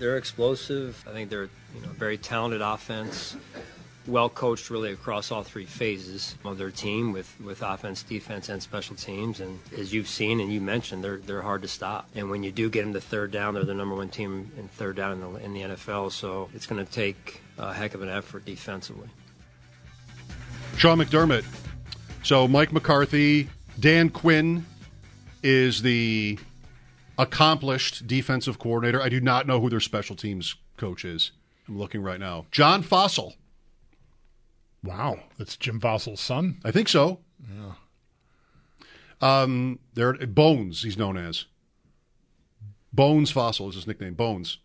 They're explosive. I think they're you know very talented offense, well coached really across all three phases of their team with, with offense, defense, and special teams. And as you've seen and you mentioned, they're they're hard to stop. And when you do get them to third down, they're the number one team in third down in the, in the NFL. So it's going to take a heck of an effort defensively. Sean McDermott. So Mike McCarthy, Dan Quinn is the accomplished defensive coordinator. I do not know who their special teams coach is. I'm looking right now. John Fossil. Wow, that's Jim Fossil's son. I think so. Um, there Bones. He's known as Bones Fossil is his nickname. Bones.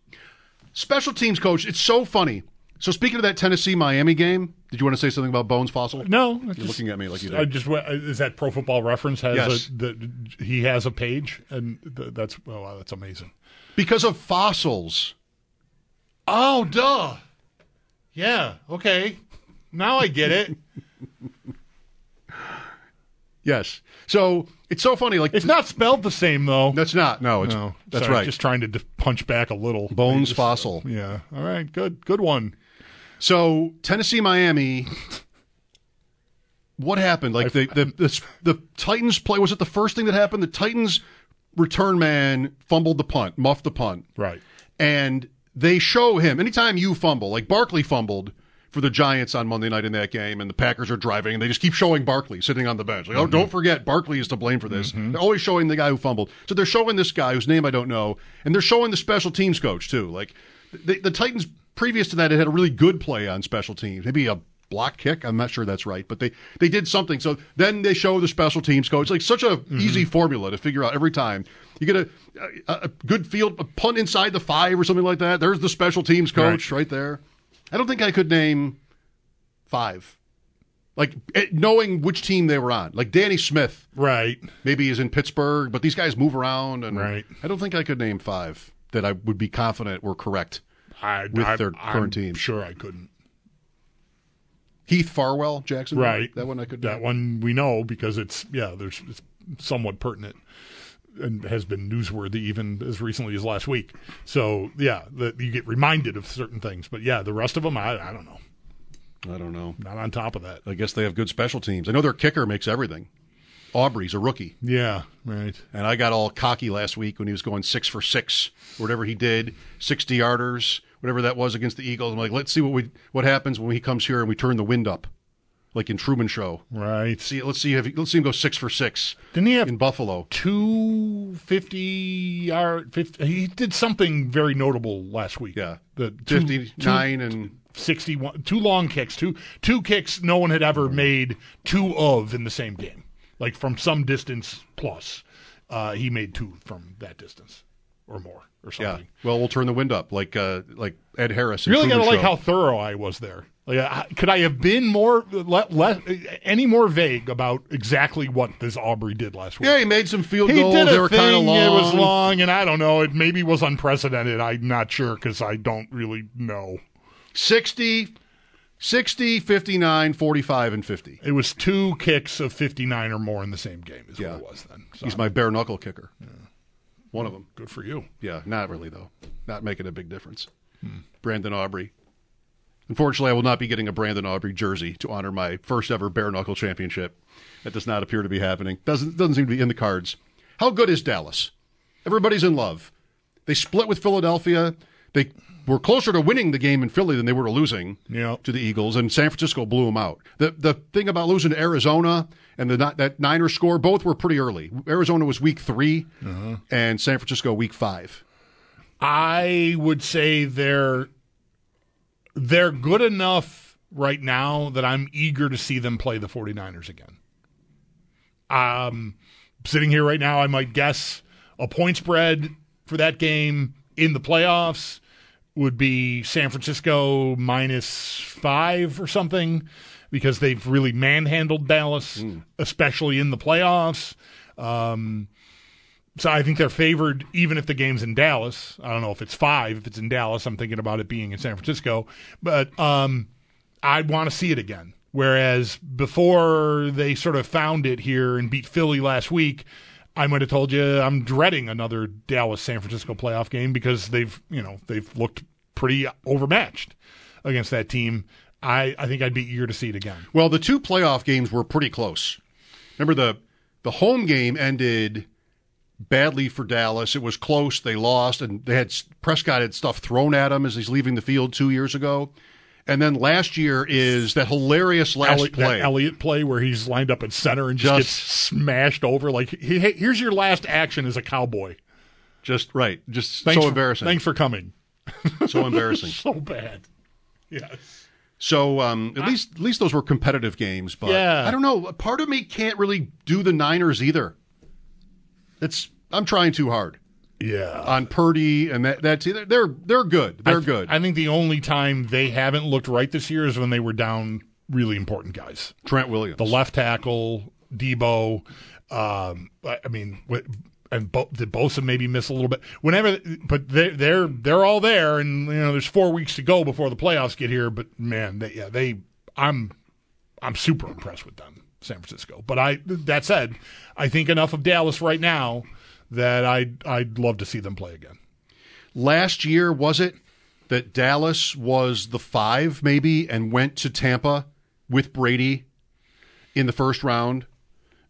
Special teams coach. It's so funny. So speaking of that Tennessee Miami game, did you want to say something about Bones Fossil? No, You're looking at me like you I did. just went- is that Pro Football Reference has Yes. a, the, he has a page, and th- that's oh, wow, that's amazing. Because of fossils. Oh, duh. Yeah. Okay. Now I get it. Yes. So it's so funny. Like it's not spelled the same though. That's not. No. It's No, that's sorry, right. Just trying to def- punch back a little. Bones Just- fossil. Yeah. All right. Good. Good one. So Tennessee, Miami. What happened? Like the, the the the Titans play was it the first thing that happened? The Titans return man fumbled the punt, muffed the punt, Right. and they show him anytime you fumble, like Barkley fumbled for the Giants on Monday night in that game, and the Packers are driving, and they just keep showing Barkley sitting on the bench. Like, oh, don't forget, Barkley is to blame for this. They're always showing the guy who fumbled. So they're showing this guy whose name I don't know, and they're showing the special teams coach too. Like the, the Titans previous to that had had a really good play on special teams, maybe a block kick. I'm not sure that's right, but they they did something. So then they show the special teams coach. Like such a Mm-hmm. easy formula to figure out every time. You get a, a, a good field a punt inside the five or something like that. There's the special teams coach right, there. I don't think I could name five. Like eh, knowing which team they were on. Like Danny Smith Right. maybe is in Pittsburgh, but these guys move around and Right. I don't think I could name five that I would be confident were correct. I, With I- their I'm current team. Sure, I couldn't. Heath Farwell, Jackson. Right. That one I could That one we know because it's yeah, there's it's somewhat pertinent and has been newsworthy even as recently as last week. So yeah, that you get reminded of certain things, but yeah, the rest of them I, I don't know, I don't know. not on top of that. I guess they have good special teams. I know their kicker makes everything. Aubrey's a rookie. Yeah. Right. And I got all cocky last week when he was going six for six, or whatever he did, 60 yarders, whatever that was against the Eagles. I'm like, let's see what we what happens when he comes here and we turn the wind up, like in Truman Show. Right. See, let's see if he- let's see him go six for six Didn't he have in Buffalo. two fifty yard. 50, he did something very notable last week. Yeah, the two- two, 59 and 61 two long kicks, two two kicks no one had ever made two of in the same game, like from some distance plus. Uh, he made two from that distance or more or yeah. something. Well, we'll turn the wind up like uh, like Ed Harris. in You really Truman gotta like Show. how thorough I was there. Like, I, could I have been more le, le, any more vague about exactly what this Aubrey did last week? yeah he made some field he goals. did a they were kind of thing, long. It was long, and I don't know. It maybe was unprecedented. I'm not sure because I don't really know. 60, 60, 59, 45, and 50. It was two kicks of 59 or more in the same game is Yeah. what it was then. So He's my bare knuckle kicker. One of them. good for you. Yeah, not really though. Not making a big difference. Brandon Aubrey. Unfortunately, I will not be getting a Brandon Aubrey jersey to honor my first ever bare knuckle championship. That does not appear to be happening. Doesn't doesn't seem to be in the cards. How good is Dallas? Everybody's in love. They split with Philadelphia. they were closer to winning the game in Philly than they were to losing Yeah. to the Eagles, and San Francisco blew them out. The the thing about losing to Arizona and the ni- that Niners score, both were pretty early. Arizona was week 3 Uh-huh. and San Francisco week five. I would say they're they're good enough right now that I'm eager to see them play the 49ers again. Um sitting here right now I might guess a point spread for that game in the playoffs would be San Francisco minus 5 or something because they've really manhandled Dallas especially in the playoffs. Um so I think they're favored even if the game's in Dallas. I don't know if it's five. If it's in Dallas, I'm thinking about it being in San Francisco. But um, I want to see it again. Whereas before they sort of found it here and beat Philly last week, I might have told you I'm dreading another Dallas San Francisco playoff game because they've you know they've looked pretty overmatched against that team. I, I think I'd be eager to see it again. Well, the two playoff games were pretty close. Remember the the home game ended badly for Dallas. It was close. They lost, and they had Prescott had stuff thrown at him as he's leaving the field two years ago. And then last year is that hilarious last Elliot, play. That Elliot play where he's lined up at center and just, Just- gets smashed over. Like, he, hey, here's your last action as a cowboy. Just right. Just Thanks so for- embarrassing. Thanks for coming. So embarrassing. So bad. Yes. So um, at least at least those were competitive games. But Yeah. I don't know. Part of me can't really do the Niners either. It's I'm trying too hard Yeah. on Purdy and that that's either they're they're good. Uh, They're good. I think the only time they haven't looked right this year is when they were down really important guys. Trent Williams. The left tackle, Debo. Um, I, I mean, wh- and Bo, did Bosa maybe miss a little bit? Whenever, but they're they're they're all there, and you know, there's four weeks to go before the playoffs get here. But man, they, yeah, they, I'm, I'm super impressed with them, San Francisco. But I, that said, I think enough of Dallas right now that I I'd love to see them play again. last year was it that Dallas was the five maybe and went to Tampa with Brady in the first round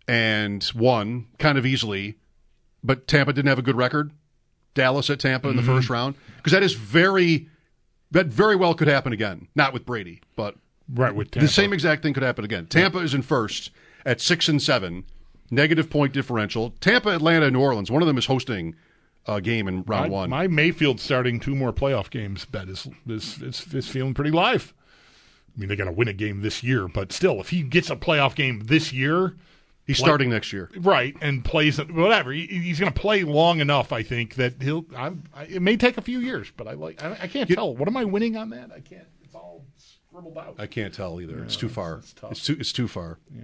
and won kind of easily, but Tampa didn't have a good record. Dallas at Tampa in the Mm-hmm. first round because that is very that very well could happen again. Not with Brady, but Right with the same exact thing could happen again. Tampa is in first at six and seven, negative point differential. Tampa, Atlanta, and New Orleans. One of them is hosting a game in round my, one. my Mayfield starting two more playoff games bet is is is, is feeling pretty live. I mean, they got to win a game this year, but still, if he gets a playoff game this year, He's starting next year. right, and plays whatever, he, he's going to play long enough. I think that he'll. I'm, I, it may take a few years, but I like. I, I can't tell. What am I winning on that? I can't. It's all scribbled out. I can't tell either. it's too far. it's too. It's too far. Yeah.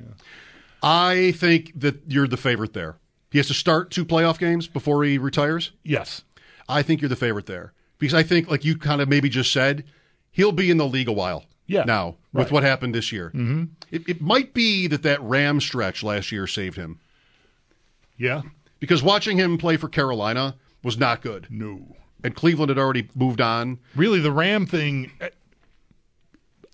I think that you're the favorite there. He has to start two playoff games before he retires. yes, I think you're the favorite there because I think, like you kind of maybe just said, he'll be in the league a while. Yeah, Now right. with what happened this year, mm-hmm. it, it might be that that Ram stretch last year saved him yeah, because watching him play for Carolina was not good, no. and Cleveland had already moved on. really the Ram thing eh,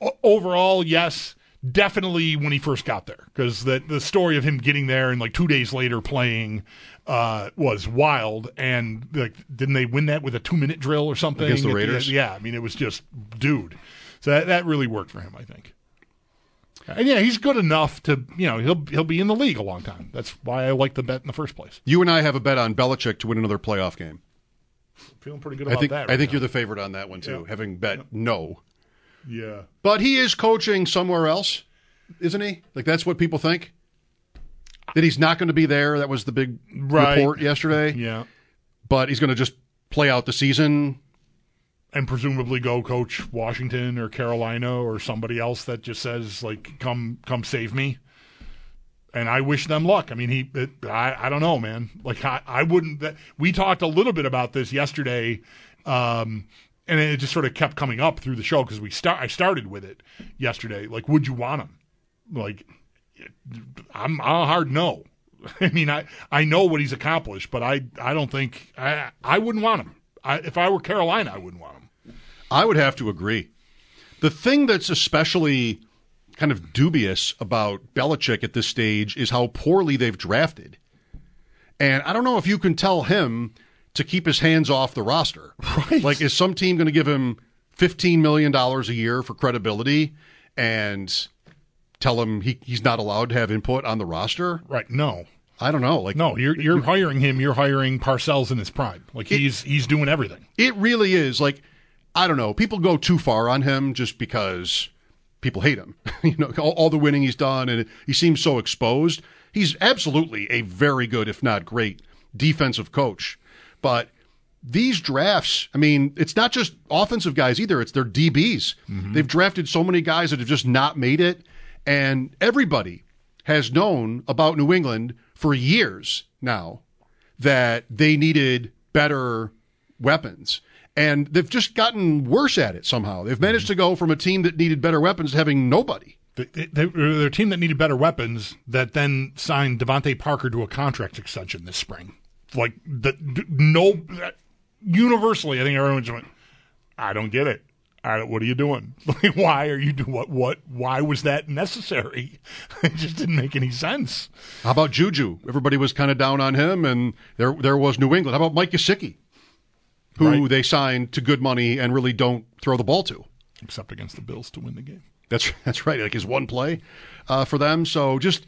o- overall, yes, definitely when he first got there because the the story of him getting there and like two days later playing uh, was wild. And like, didn't they win that with a two minute drill or something Against the At Raiders? yeah, I mean it was just dude. So that that really worked for him, I think. And yeah, he's good enough to you know he'll he'll be in the league a long time. That's why I like the bet in the first place. You and I have a bet on Belichick to win another playoff game. Feeling pretty good I about think. that. I think you're the favorite on that one too, having bet no. you're the yeah. But he is coaching somewhere else, isn't he? Like that's what people think. That he's not going to be there. That was the big Right. report yesterday. Yeah. But he's going to just play out the season. and presumably go coach Washington or Carolina or somebody else that just says like come come save me. And I wish them luck. I mean, he. It, I I don't know, man. Like I I wouldn't. That, we talked a little bit about this yesterday, um, and it just sort of kept coming up through the show because we start. I started with it yesterday. Like, would you want him? Like, I'm a hard no. I mean, I, I know what he's accomplished, but I, I don't think I I wouldn't want him. I, if I were Carolina, I wouldn't want him. I would have to agree. The thing that's especially kind of dubious about Belichick at this stage is how poorly they've drafted. And I don't know if you can tell him to keep his hands off the roster. Right. Like, is some team going to give him $15 million a year for credibility and tell him he, he's not allowed to have input on the roster? Right. No. I don't know. Like, No, you're you're hiring him. You're hiring Parcells in his prime. Like he's he's doing everything. It really is like I don't know. People go too far on him just because people hate him. you know, all, all the winning he's done, and he seems so exposed. He's absolutely a very good, if not great, defensive coach. But these drafts, I mean, it's not just offensive guys either. It's their DBs. They've drafted so many guys that have just not made it, and everybody has known about New England for years now that they needed better weapons. And they've just gotten worse at it somehow. They've managed to go from a team that needed better weapons to having nobody. They, they, they they're a team that needed better weapons that then signed Devontae Parker to a contract extension this spring. Like the d- no, that- universally, I think everyone just went. I don't get it. I don't, what are you doing? Like, why are you doing what? What? Why was that necessary? it just didn't make any sense. How about Juju? Everybody was kind of down on him, and there there was New England. How about Mike Gesicki, who Right. they signed to good money and really don't throw the ball to? Except against the Bills to win the game. That's that's right. Like his one play uh, for them. So just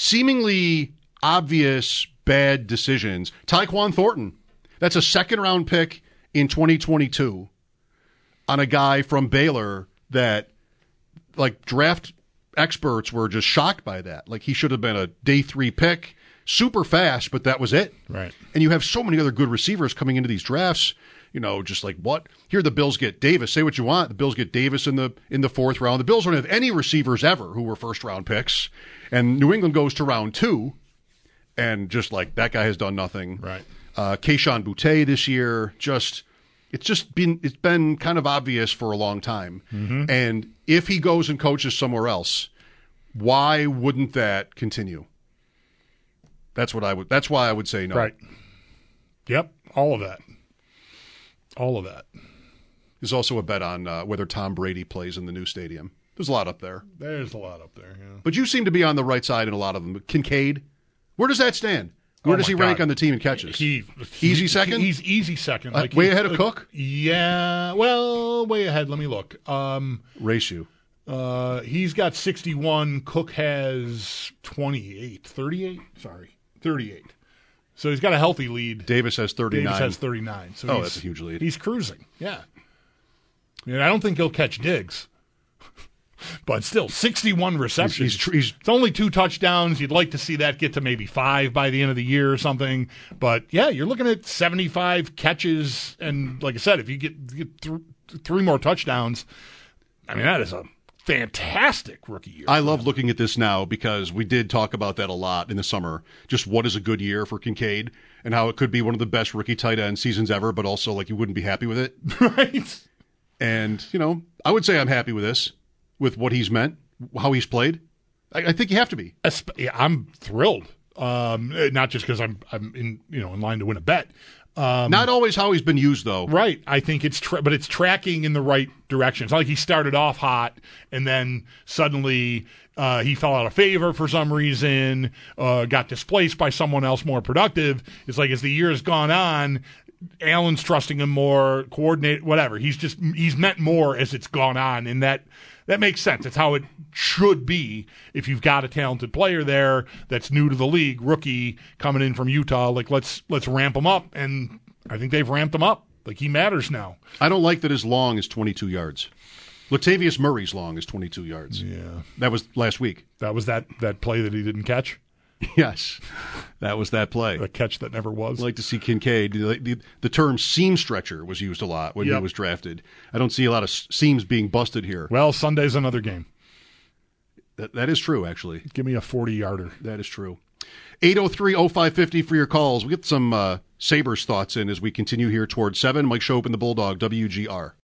seemingly obvious bad decisions. Tyquan Thornton. That's a second round pick in 2022 on a guy from Baylor that like draft experts were just shocked by that. Like he should have been a day 3 pick, super fast, but that was it. Right. And you have so many other good receivers coming into these drafts. You know, just like what here the Bills get Davis. Say what you want. The Bills get Davis in the in the fourth round. The Bills don't have any receivers ever who were first round picks. And New England goes to round two, and just like that guy has done nothing. Right. Uh, Keishawn Butte this year, just it's just been it's been kind of obvious for a long time. And if he goes and coaches somewhere else, why wouldn't that continue? That's what I would. That's why I would say no. Right. Yep. All of that. All of that. There's also a bet on uh, whether Tom Brady plays in the new stadium. There's a lot up there. There's a lot up there. Yeah. But you seem to be on the right side in a lot of them. Kincaid, where does that stand? Where Oh does my he rank God. on the team in catches? He, Easy he- second? He's easy second. Uh, way he's- ahead of Cook? Yeah. Well, way ahead. Let me look. Um, Race you. uh, he's got 61. Cook has 28. 38? Sorry. 38. So he's got a healthy lead. Davis has 39. Davis has 39. So Oh, he's- that's a huge lead. He's cruising. Yeah. And I don't think he'll catch Diggs. But still, 61 receptions. He's- he's tr- he's- it's only two touchdowns. You'd like to see that get to maybe five by the end of the year or something. But yeah, you're looking at 75 catches. And like I said, if you get, get th- three more touchdowns, I mean, that is a fantastic rookie year. I love looking at this now because we did talk about that a lot in the summer. Just what is a good year for Kincaid and how it could be one of the best rookie tight end seasons ever, but also like you wouldn't be happy with it. right? And, you know, I would say I'm happy with this, with what he's meant, how he's played. I, I think you have to be. Esp- yeah, I'm thrilled. Um, eh, not just because I'm I'm in you know in line to win a bet. Um, Not always how he's been used, though. right. I think it's tra- but it's tracking in the right direction. It's not like he started off hot and then suddenly uh, he fell out of favor for some reason, uh, got displaced by someone else more productive. It's like as the years gone on. Allen's trusting him more, coordinate whatever. He's just he's meant more as it's gone on, and that that makes sense. It's how it should be if you've got a talented player there that's new to the league, rookie coming in from Utah. Like let's let's ramp him up, and I think they've ramped him up. Like he matters now. I don't like that his long is 22 yards. Latavius Murray's long is 22 yards. Yeah, That was last week. that was that that play that he didn't catch, Yes, that was that play. the I'd catch that never was. like to see Kincaid. The, the- the term seam stretcher was used a lot when he Yep. was drafted. I don't see a lot of s- seams being busted here. well, Sunday's another game. That, that is true, actually. Give me a forty yarder. That is true. 803-0550 for your calls. We get some uh, Sabres thoughts in as we continue here towards 7. Mike Shope and the Bulldog, WGR.